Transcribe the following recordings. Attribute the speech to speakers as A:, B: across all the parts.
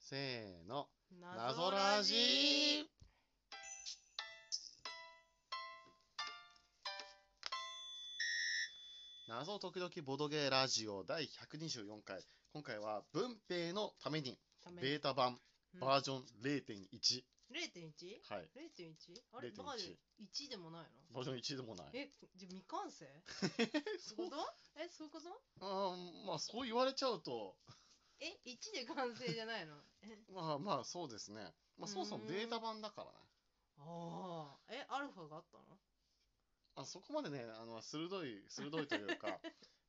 A: せーの。
B: な
A: 謎ラジ謎時々ボドゲーラジオ第124回今回は文平のために
B: ため
A: ベ
B: に
A: ータ版
B: うん
A: バージョン0.1、は
B: 0.1?
A: い
B: 0.1? あれ
A: 0.1
B: バカで1でもないの
A: バージョン1でもない
B: え、じゃあ未 完成そう
A: う
B: いうことえ、そういうこと
A: あーまあそう言われちゃうと
B: え、1で完成じゃな いのえ、
A: まあまあそうですね、まあ、そもそも
B: うーん
A: ベータ版だからね
B: ああ、え、アルファがあったの
A: あそこまでねあの鋭い鋭いという か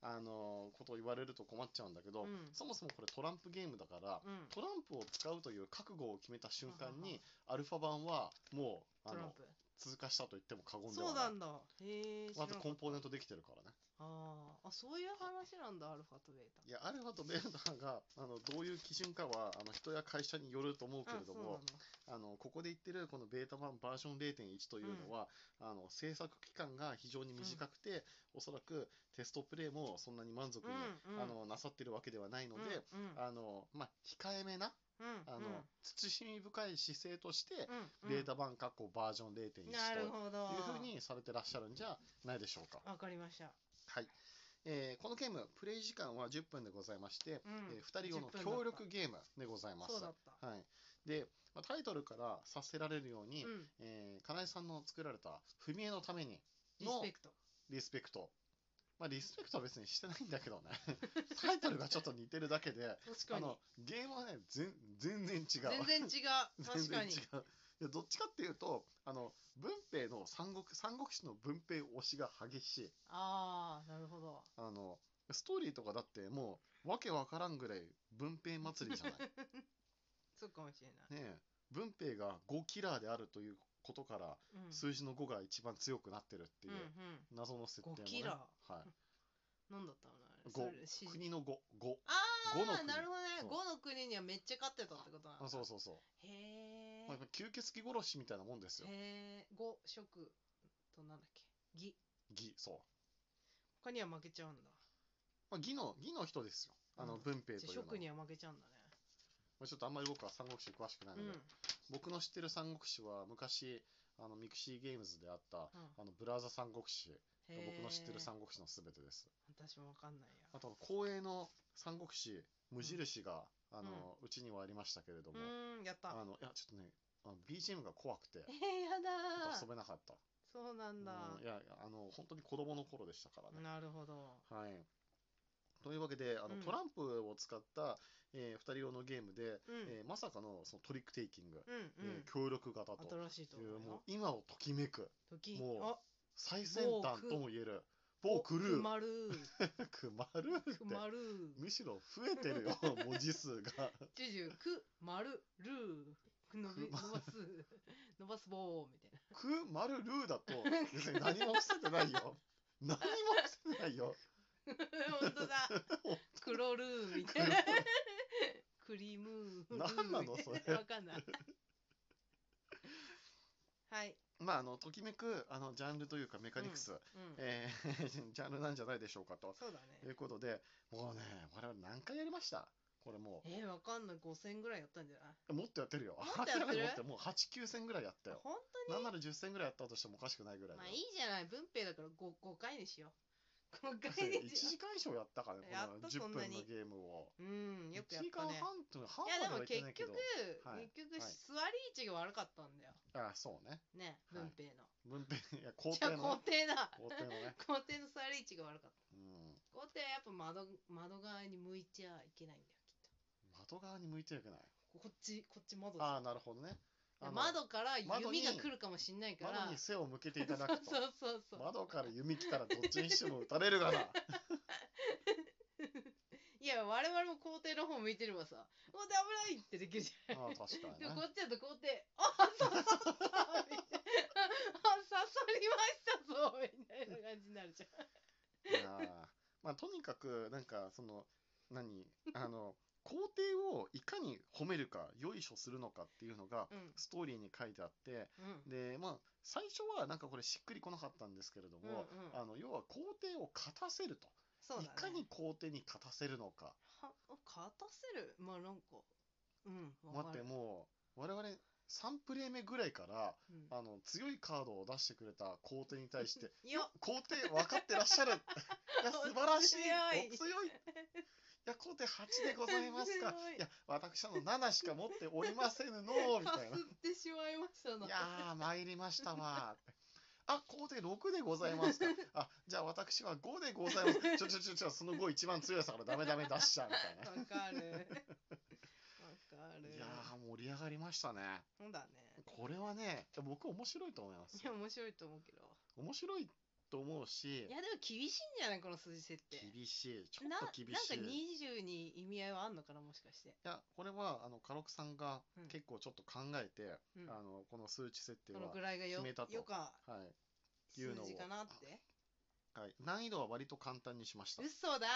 A: あのことを言われると困っちゃうんだけど、
B: うん
A: そもそもこれトランプゲームだから
B: うん。
A: トランプを使うという覚悟を決めた瞬間にアルファ版はもうあ
B: トラン
A: の
B: プ。
A: 通過したと言っても過言では
B: そう
A: ない
B: なんだ。へえ、知
A: ま
B: らな
A: ず
B: かっ
A: コ
B: た
A: ンポーネントできてるからね。
B: あーあ、そういう話なんだ、アルファとベータ。
A: いや、アルファとベータがあのどういう基準かはあの人や会社によると思うけれ
B: あ、
A: ど
B: そうな
A: も
B: ん、だ。
A: あのここで言ってるこのベータ版バージョン0.1というのは、あの制作期間が非常に短くて、おそらくテストプレイもそんなに満足に、
B: うんうん
A: あのなさってるわけではないので、
B: うん、うん、
A: あのまあ、控えめな、
B: うん、
A: あの慎み深い姿勢として、
B: うん、
A: ベータ版かっこバージョン0.1と
B: う
A: い
B: ん、なる
A: う
B: ほど。
A: ふうにされてらっしゃるんじゃないでしょうか。
B: わかりました。
A: はい、えーこのゲーム、プレイ時間は10分でございまして、
B: うん
A: えー2人用の
B: 10分だった
A: 協力ゲームでございます。
B: そうだった。
A: はい、で、まあ、タイトルから察せられるように、
B: うん、
A: えー、金井さんの作られた「踏み絵のために
B: リス
A: の
B: ペクト。
A: リスペクト」まあ、リスペクトは別にしてないんだ けどねタイトルがちょっと似てるだけで
B: 確か
A: あ
B: に。
A: のゲームはね全全然違う
B: 全然違う。確かに。
A: 全然違ういやどっちかっていうとあの文平の三国三国志の文平推しが激しい
B: ああ、なるほど。
A: あのストーリーとかだってもうわけわからんぐらい文平祭りじゃないね
B: そうかもしれない。
A: え文平が5キラーであるということから
B: うん。
A: 数字の5が一番強くなってるっていううん
B: うん。
A: 謎の設定も、ね
B: 5キラ
A: は
B: なんだったのあれ。
A: い、5
B: それし
A: 国の5 5
B: あ
A: 五の
B: あ、
A: 国
B: なるほどね。
A: そう
B: 五の国にはめっちゃ勝ってたってことなの。。
A: あそうそうそう
B: へえ
A: う、ま。あ、吸血鬼殺しみたいなもんですよ
B: へえ。五食となんだっけ。義。
A: 義そう、
B: 他には負けちゃうんだ。
A: まあ、義の義の人ですよあの
B: うん
A: 文平と
B: じゃ
A: い
B: あ
A: うのは、
B: 食には負けちゃうんだね。
A: まあ、ちょっとあんまり僕は三国志詳しくないの
B: う
A: で、
B: ん。
A: 僕の知ってる三国志は昔あのミクシーゲームズであった
B: うん
A: あのブラウザ三国志
B: へ
A: が
B: え。
A: 僕の知ってる三国志のすべてです
B: 私もわかんないや。
A: あと公営の三国志無印が、あのうちにはありましたけれど
B: う
A: も、
B: ーん、やった
A: あ。のいやちょっとねあの BGM が怖くて
B: えー、やだ
A: 遊
B: ー。
A: べなかった
B: そうなんだ。
A: うんいやいやあの本当に子供の頃でしたからね。
B: なるほど。
A: はい、というわけであの、
B: うん
A: トランプを使った、え2人用のゲームで、
B: うん。
A: えーまさかのそのトリックテイキング、
B: うん
A: え
B: うん
A: ー。協力型と
B: 新しいと
A: いう
B: 思う
A: もう
B: よ。
A: 今をときめく
B: 時
A: もう
B: あ
A: 最先端ともいえる某ク
B: く
A: ルー
B: まる ー。
A: くまるーって
B: くまるー。
A: むしろ増えてるよ 文字数が
B: ジュジュ、く、まる、るー。伸び、
A: く
B: 伸
A: ま
B: ばす、伸ばす棒みたいな。
A: くまるルーだと 別に何も伏せてないよ何も伏せてないよ
B: 本当 だ。黒ルーみたいな。 クリームー。
A: なん なのそれ
B: ルーみたいなわかんない。はい。
A: まああのときめくあのジャンルというかメカニクス、
B: うん。
A: えー ジャンルなんじゃないでしょうかと
B: そうだ
A: いう
B: ね。
A: ことで、もうね、我々何回やりましたこれも、
B: えー、わかんない。5000ぐらいやったんじゃないう
A: もっとやってるよ。
B: もっとやってる
A: 明らかにもっともう8、9戦ぐらいやったよ。
B: 本
A: なんなら10戦ぐらいやったとしてもおかしくないぐ
B: 当
A: らい
B: ま
A: だ
B: あ
A: よ。
B: いいじゃない。文平だから 5, 5回にしよう。5
A: だっ
B: 回
A: て
B: に
A: 1
B: しよ
A: 時間以上やったからね、
B: やっ
A: この
B: た
A: 10
B: そ
A: 分
B: ん
A: の
B: なに
A: ゲームを。
B: う。うん、よくや
A: 1
B: っ
A: 時間
B: たね。
A: 半と半
B: いや
A: 分
B: で
A: ま
B: も
A: ではい
B: 結
A: けないけ
B: 局
A: ど、、はい
B: 結
A: は
B: 局
A: い
B: 座り位置が悪かったんだよ。
A: ああ、そうね。
B: ね、
A: はい
B: 文平の。
A: 文平、いや、皇
B: じゃあ
A: 帝の
B: 皇
A: ね。
B: 帝だ。
A: 皇帝のね。
B: 皇帝の座り位置が悪かっ
A: うん。
B: た。皇帝はやっぱ窓窓側に向いちゃいけないんだよ、きっ
A: 窓側に向いてはいけない。
B: と。こっち、こっち窓
A: ああ、なるほどね。あの
B: 窓から
A: 窓に
B: 弓が来るかもしんないから。
A: 窓に背を向けていただ
B: そう
A: くと。
B: そうそうそう。
A: 窓から弓来たらどっちにしても撃たれ るがな。
B: いや、我々も皇帝の方向いてればさ、皇帝危ないってできるじゃん。
A: ああ、確かに
B: でも
A: ね
B: こ。っちだと皇帝、あ刺さったみたいな。あ刺さりましたぞみたいな感じになるじゃん。
A: いやーまあとにかくなんかその何あの皇帝をいかに褒めるかよいしょするのかっていうのが
B: うん。
A: ストーリーに書いてあって
B: うん。
A: でまあ最初はなんかこれしっくりこなかったんですけれども、
B: うんうん
A: あの要は皇帝を勝たせると、
B: そうだね。
A: いかに皇帝に勝たせるのか
B: はあ勝たせるまあなんかうん、わ
A: 待
B: か
A: って、
B: る
A: もう、我々3プレイ目ぐらいから、
B: うん
A: あの、強いカードを出してくれた皇帝に対して、
B: いや、
A: 皇帝分かってらっしゃ るいや、素晴らしい
B: お強い
A: お強いいや、皇帝8でございます
B: お
A: か
B: 強い
A: いや、私はの7しか持っておりませぬのみ
B: か
A: たいな。
B: すってしまいましたな。
A: いやー、参りましたわー。あ、皇帝6でございますか。あ、じゃあ私は5でございます。ちょちょちょちょ、その5一番強いやつだからダメダメ出しちゃうみたいな。
B: わかる。わかる。
A: いやー、盛り上がりましたね。
B: そうだね。
A: これはね、僕面白いと思います
B: い。や、面白いと思うけど。
A: 面白いと思うし
B: い、や、でも厳しいんじゃないこの数字設定。
A: 厳しい。ちょ
B: な
A: っ
B: なんか
A: と厳しい。い
B: 20に意味合いはあんのかなもしかして。
A: や、これは、あの、カロクさんが
B: うん
A: 結構ちょっと考えて、
B: うん
A: あの、この数値設定
B: こ
A: は、
B: のぐらいがよ
A: 決めたと
B: よか
A: はい。いう
B: 数
A: のを
B: 字かなって。
A: はい。難易度は割と簡単にしました。ね、
B: 嘘だー、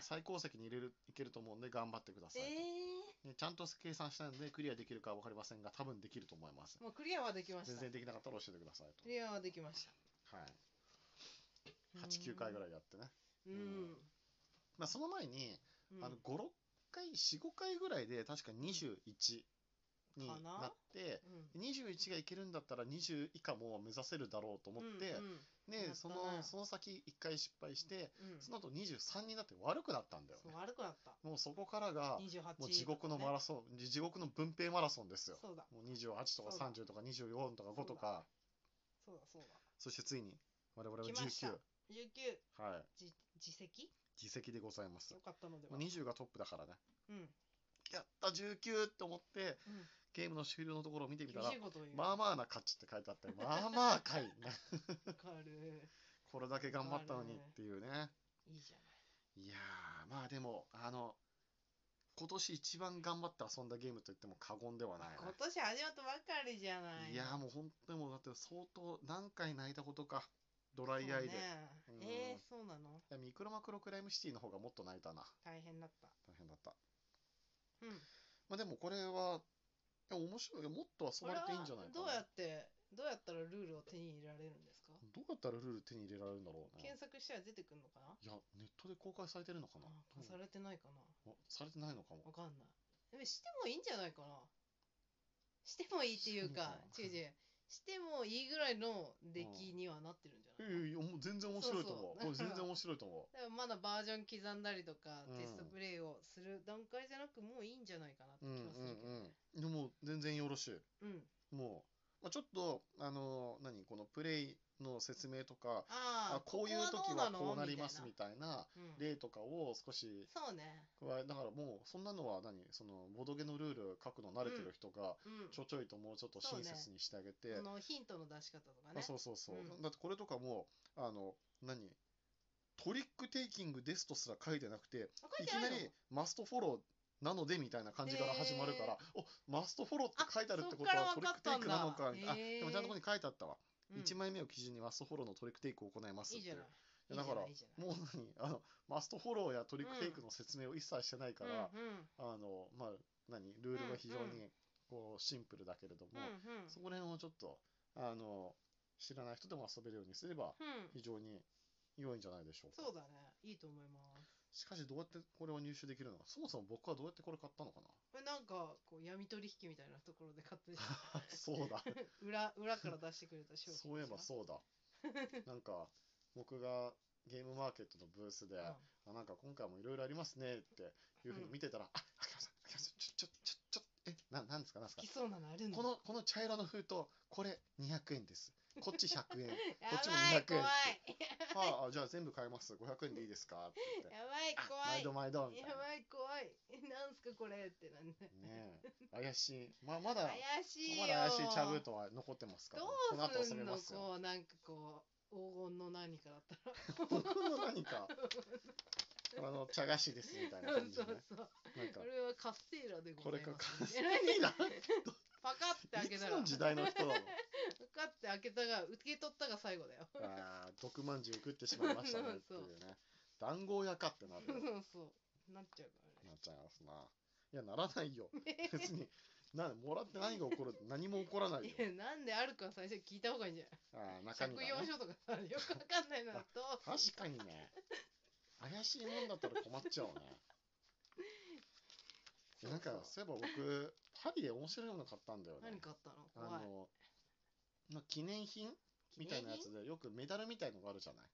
A: 最高席に入れる、いけると思うんで頑張ってくださいと。
B: え
A: ね、ちゃんと計算したので、クリアできるか分かりませんが、多分できると思います
B: ー、。もうクリアはできまし
A: 全
B: た。
A: 然
B: ク
A: できなかったら教えてくださいと。
B: リアはできました。
A: はい。8、9回ぐら
B: い。
A: いやってね。
B: うん。
A: まあ、その前に、
B: うん
A: あの5、6回、4、5回ぐらいで、確か21に
B: かな
A: なって、
B: うん
A: 21がいけるんだったら20以下も目指せるだろうと思って、
B: うんやった
A: ね
B: ね、
A: そのその先1回失敗して、
B: うんうん
A: その後23になって悪くなったんだよ
B: そう
A: ね。
B: 悪くなった。
A: もうそこからが、
B: 28
A: もう地獄の
B: とか
A: マ
B: ね
A: ラソン、地獄の分配マラソンですよ。
B: そうだ、
A: もう28とか
B: そうだ
A: 30とか24とか5とか、
B: そうだ、そうだ。
A: そしてついに我々は
B: 来まし
A: 19
B: た、19、
A: はい、
B: じ自責
A: 議席でございます
B: よ。かったので
A: ま
B: は。
A: あ20がトップだからね。
B: うん。
A: やった、19って思って、
B: うん
A: ゲームの終了のところを見てみた
B: 厳
A: ら
B: しい、ことを言う。
A: まあまあな勝ちって書いてあって、 まあまあかい ね。
B: わかる。
A: これだけ頑張った のにっていうね。
B: いいじゃない。
A: いやー、まあでも、あの、今年一番頑張って遊んだゲームと言っても過言ではないね、
B: 今年始まったばかりじゃない。
A: いやーもう本当にもうだって相当何回泣いたことか、ドライアイで。
B: そう
A: うん
B: ねえー、そうなの
A: いやミクロマクロクライムシティの方がもっと泣いたな。
B: 大変だった。
A: 大変だった。
B: うん。
A: まあでもこれは、いや面白い。もっと遊ばれていいんじゃないか
B: こ
A: な
B: れはどうや。って、どうやったらルールを手に入れられるんですか、
A: どうやったらルール手に入れられるんだろうね
B: 検。索したら出てくるのかない
A: や、ネットで公開されてるのかな
B: あされてないかな
A: うんあされてないのかも。
B: わかんない。でもしてもいいんじゃないかなしてもいいっていうか、
A: して
B: 違う
A: もいい
B: 違う。してもいいぐらいの出来にはなってるんじ
A: い
B: ゃな
A: や
B: い
A: やいや、
B: かない
A: もう全然面白いと思う。もう
B: そうそう
A: 全然面白いと思う。
B: だからまだバージョン刻んだりとか、
A: うん
B: テストプレイをする段階じゃなくもういいんじゃないかなって
A: うんう
B: 気がするけ
A: ん
B: ど、
A: うん。でも全然よろしい。
B: うん
A: もう、まあ、ちょっと、あのー何、このプレイの説明とか、あ
B: ああ
A: こういう時はこうなりますみ
B: た
A: たいな
B: な、うん
A: 例とかを少し
B: そうね
A: 加えだからもうそんなのは何そのボドゲのルール書くの慣れてる人が
B: うん
A: ちょちょいともうちょっと親切にしてあげて、
B: そのヒントの出し方とか
A: あ
B: ね
A: そうそうそう、
B: うん
A: だってこれとかもあの何トリックテイキングですとすら書いてなくて
B: あ書
A: い
B: い
A: き
B: てな
A: ない
B: の
A: りマストフォローなのでみたいな感じから始まるから、おマストフォローって書いてあるってこと
B: あ
A: は
B: そ
A: ト
B: っ
A: リッ
B: から
A: クテイクなのか、
B: わかったんだ
A: あでもちゃんとここに書いてあったわ、
B: うん
A: 1枚目を基準にマストフォローのトリックテイクを行います
B: い
A: っ
B: い
A: てい
B: じゃ
A: う
B: ない
A: いやだから
B: いいじゃない
A: もう何あのマストフォローやトリックテイクの説明を一切してないから、
B: うんうん
A: あのまあ何ルールが非常
B: うんう
A: にこうシンプルだけれども、
B: うんうん
A: そこら辺をちょっとあの知らない人でも遊べるようにすれば
B: うん
A: 非常に良いんじゃないでしょうか
B: そうだねいいと思います
A: しかしどうやってこれを入手できるのかそもそも僕はどうやってこれ買ったのか
B: これなんかこう闇取引みたいなところで買って
A: なそう だ
B: 裏裏から出してくれた商品
A: そういえばそう だなんか僕がゲームマーケットのブースで、
B: うん
A: あなんか今回もいろいろありますねっていうふうに見てたら、あ秋山さん秋山さんちょちょちょちょえななんですかなんですか
B: 好きそうなのあるんだ
A: このこの茶色の封筒これ200円ですこっち100円
B: や
A: こっちも
B: ばい
A: 200円
B: 怖い
A: はああじゃあ全部買います500円でいいですかって言って
B: やばい
A: あ
B: 怖い
A: 毎度毎度みたい
B: や
A: な
B: ばい怖いなんすかこれってなんで
A: ねえ怪しいままだ
B: 怪しいよ
A: まだ怪しい茶封筒は残ってますから、
B: どうす
A: この後遊
B: ん
A: べ
B: の
A: ますよ
B: こうなんかこう黄金の何かだったら
A: 僕の何かあの茶菓子ですみたいな
B: そう
A: 感じ
B: そ
A: で
B: う
A: ね
B: そう
A: なんか
B: これはカステーラでございます。
A: これかカステ
B: え
A: いい
B: 何
A: な
B: パカって開
A: い
B: け
A: つ
B: たら、
A: の時代の 人だろう
B: パカって開けたが、受け取ったが最後だよ。
A: あー毒まんじゅう食ってしまいま したねっていうね談合屋かってなる
B: そ
A: よ
B: うそう。なっちゃうからね
A: な。っちゃいますな。いや、ならない よ。別に、なもらって何が起こる何も起こらない
B: い
A: よ。
B: や、なんであるか最初に聞いた方がいいんじゃない
A: ああ、中身が
B: 借
A: ね、
B: 用書とかさ、よくわかんないのだと、
A: 確かにね。怪しいもんだったら困っちゃうね。いやなんか、そういえば僕、パリで面白いもの買ったんだよね。
B: 何買ったの
A: あ
B: 怖い。
A: の、まあ、記念品みたいなやつで、よくメダルみたいのがあるじゃない。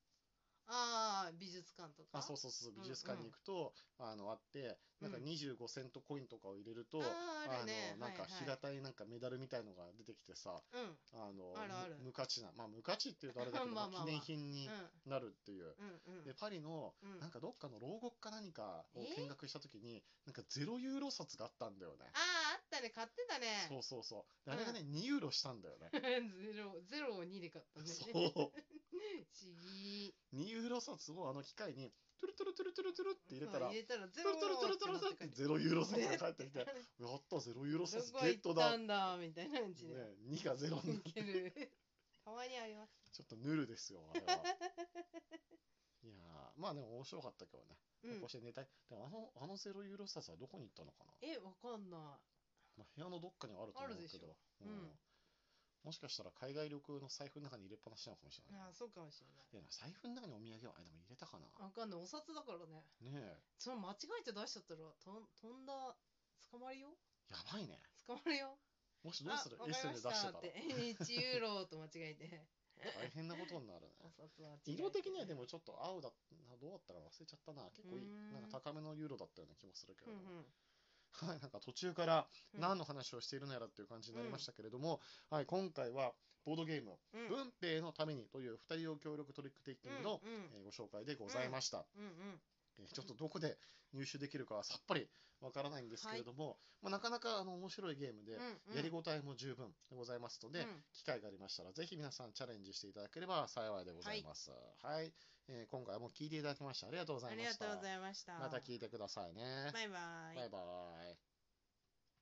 B: ああ、美術館とか。
A: あ、そうそうそう、美術館に行くと、あの、あって、なんか
B: うん
A: 25セントコインとかを入れると、
B: あーあるね
A: の、なんか
B: はいはい
A: 平たいなんかメダルみたいのが出てきてさ、
B: うん。うん。
A: あの、
B: あるある
A: む無価値な、まあ無価値っていうとあれだけど、
B: まあまあまあ
A: 記念品になるっていう。
B: うん。うん
A: で、パリの、
B: うん。
A: なんかどっかの牢獄か何かを
B: え
A: 見学したときに、なんかゼロユーロ札があったんだよね
B: あ。あ、あったね。買ってたね。
A: そうそうそう。であれがね、2ユーロしたんだよね。
B: ゼロ、ゼロを2で買ったね。
A: そ
B: 不思
A: う。
B: 議。
A: 2ユーロ札をあの機械に、トゥルトゥルトゥルトゥルトゥルって入れたら、
B: う
A: ト
B: ん入れたらゼ
A: ゥル
B: ロ
A: トゥルトゥルトゥルトゥルってゼロユーロ札が返ってきて、や
B: ど
A: った、ゼロユーロ札
B: こ
A: ゲ
B: 行
A: ット
B: った
A: だ。ね、
B: んだみたいな感じで。
A: 2がゼロになっ
B: い
A: て、
B: け る。たまにあります。
A: ちょっとヌルですよ、あれは。いやー、まあでも面白かったけどね。
B: う
A: こ
B: ん
A: う。してネタ、でもあの、あのゼロユーロ札はどこに行ったのかな
B: え、わかんな
A: まあ、部屋のどっかにはあると思う
B: あるで
A: け
B: し
A: ど
B: ょ、
A: うん
B: うん
A: もしかしたら海外旅行の財布の中に入れっぱなしなのかもしれ
B: い。
A: ない
B: ああ、。そうかもしれない
A: や、財布の中にお土産は、あ、でも入れたかな。
B: い。わかんない。お札だからね。
A: ねえ、
B: その間違えて出しちゃったら、とん飛んだ、捕まるよ。
A: やばいね。
B: 捕まるよ。
A: もしどうする
B: あわ
A: ?S
B: か
A: で
B: り
A: 出
B: ま
A: し
B: して
A: たら
B: たって。1ユーロと間違えて。
A: 大変なことになるね。
B: お札は違えて
A: 色的にはでもちょっと青だな、どうだったか忘れちゃったな。結構いい。
B: うーん
A: なんか高めのユーロだったような気もするけ
B: う
A: ど
B: んう
A: ね。
B: ん。
A: はい、なんか途中から
B: うん
A: 何の話をしているのやらっていう感じになりましたけれども、はい、今回はボードゲーム、
B: うん
A: 文平のためにという二人用協力トリックテイキングの、
B: うんうん
A: えーご紹介でございました。
B: うんうん。
A: えーちょっとどこで入手できるかはさっぱりわからないんですけれども、まあ、なかなかあの面白いゲームで、
B: うんうん
A: やりごたえも十分でございますので、
B: うん
A: 機会がありましたら、ぜひ皆さんチャレンジしていただければ幸いでございます。はい、えー今回も聞いていただきましてありがとうござ
B: あ
A: いま
B: りが
A: した。
B: とうございました。
A: また聞いてくださいね。
B: バイバイ。
A: バイバイ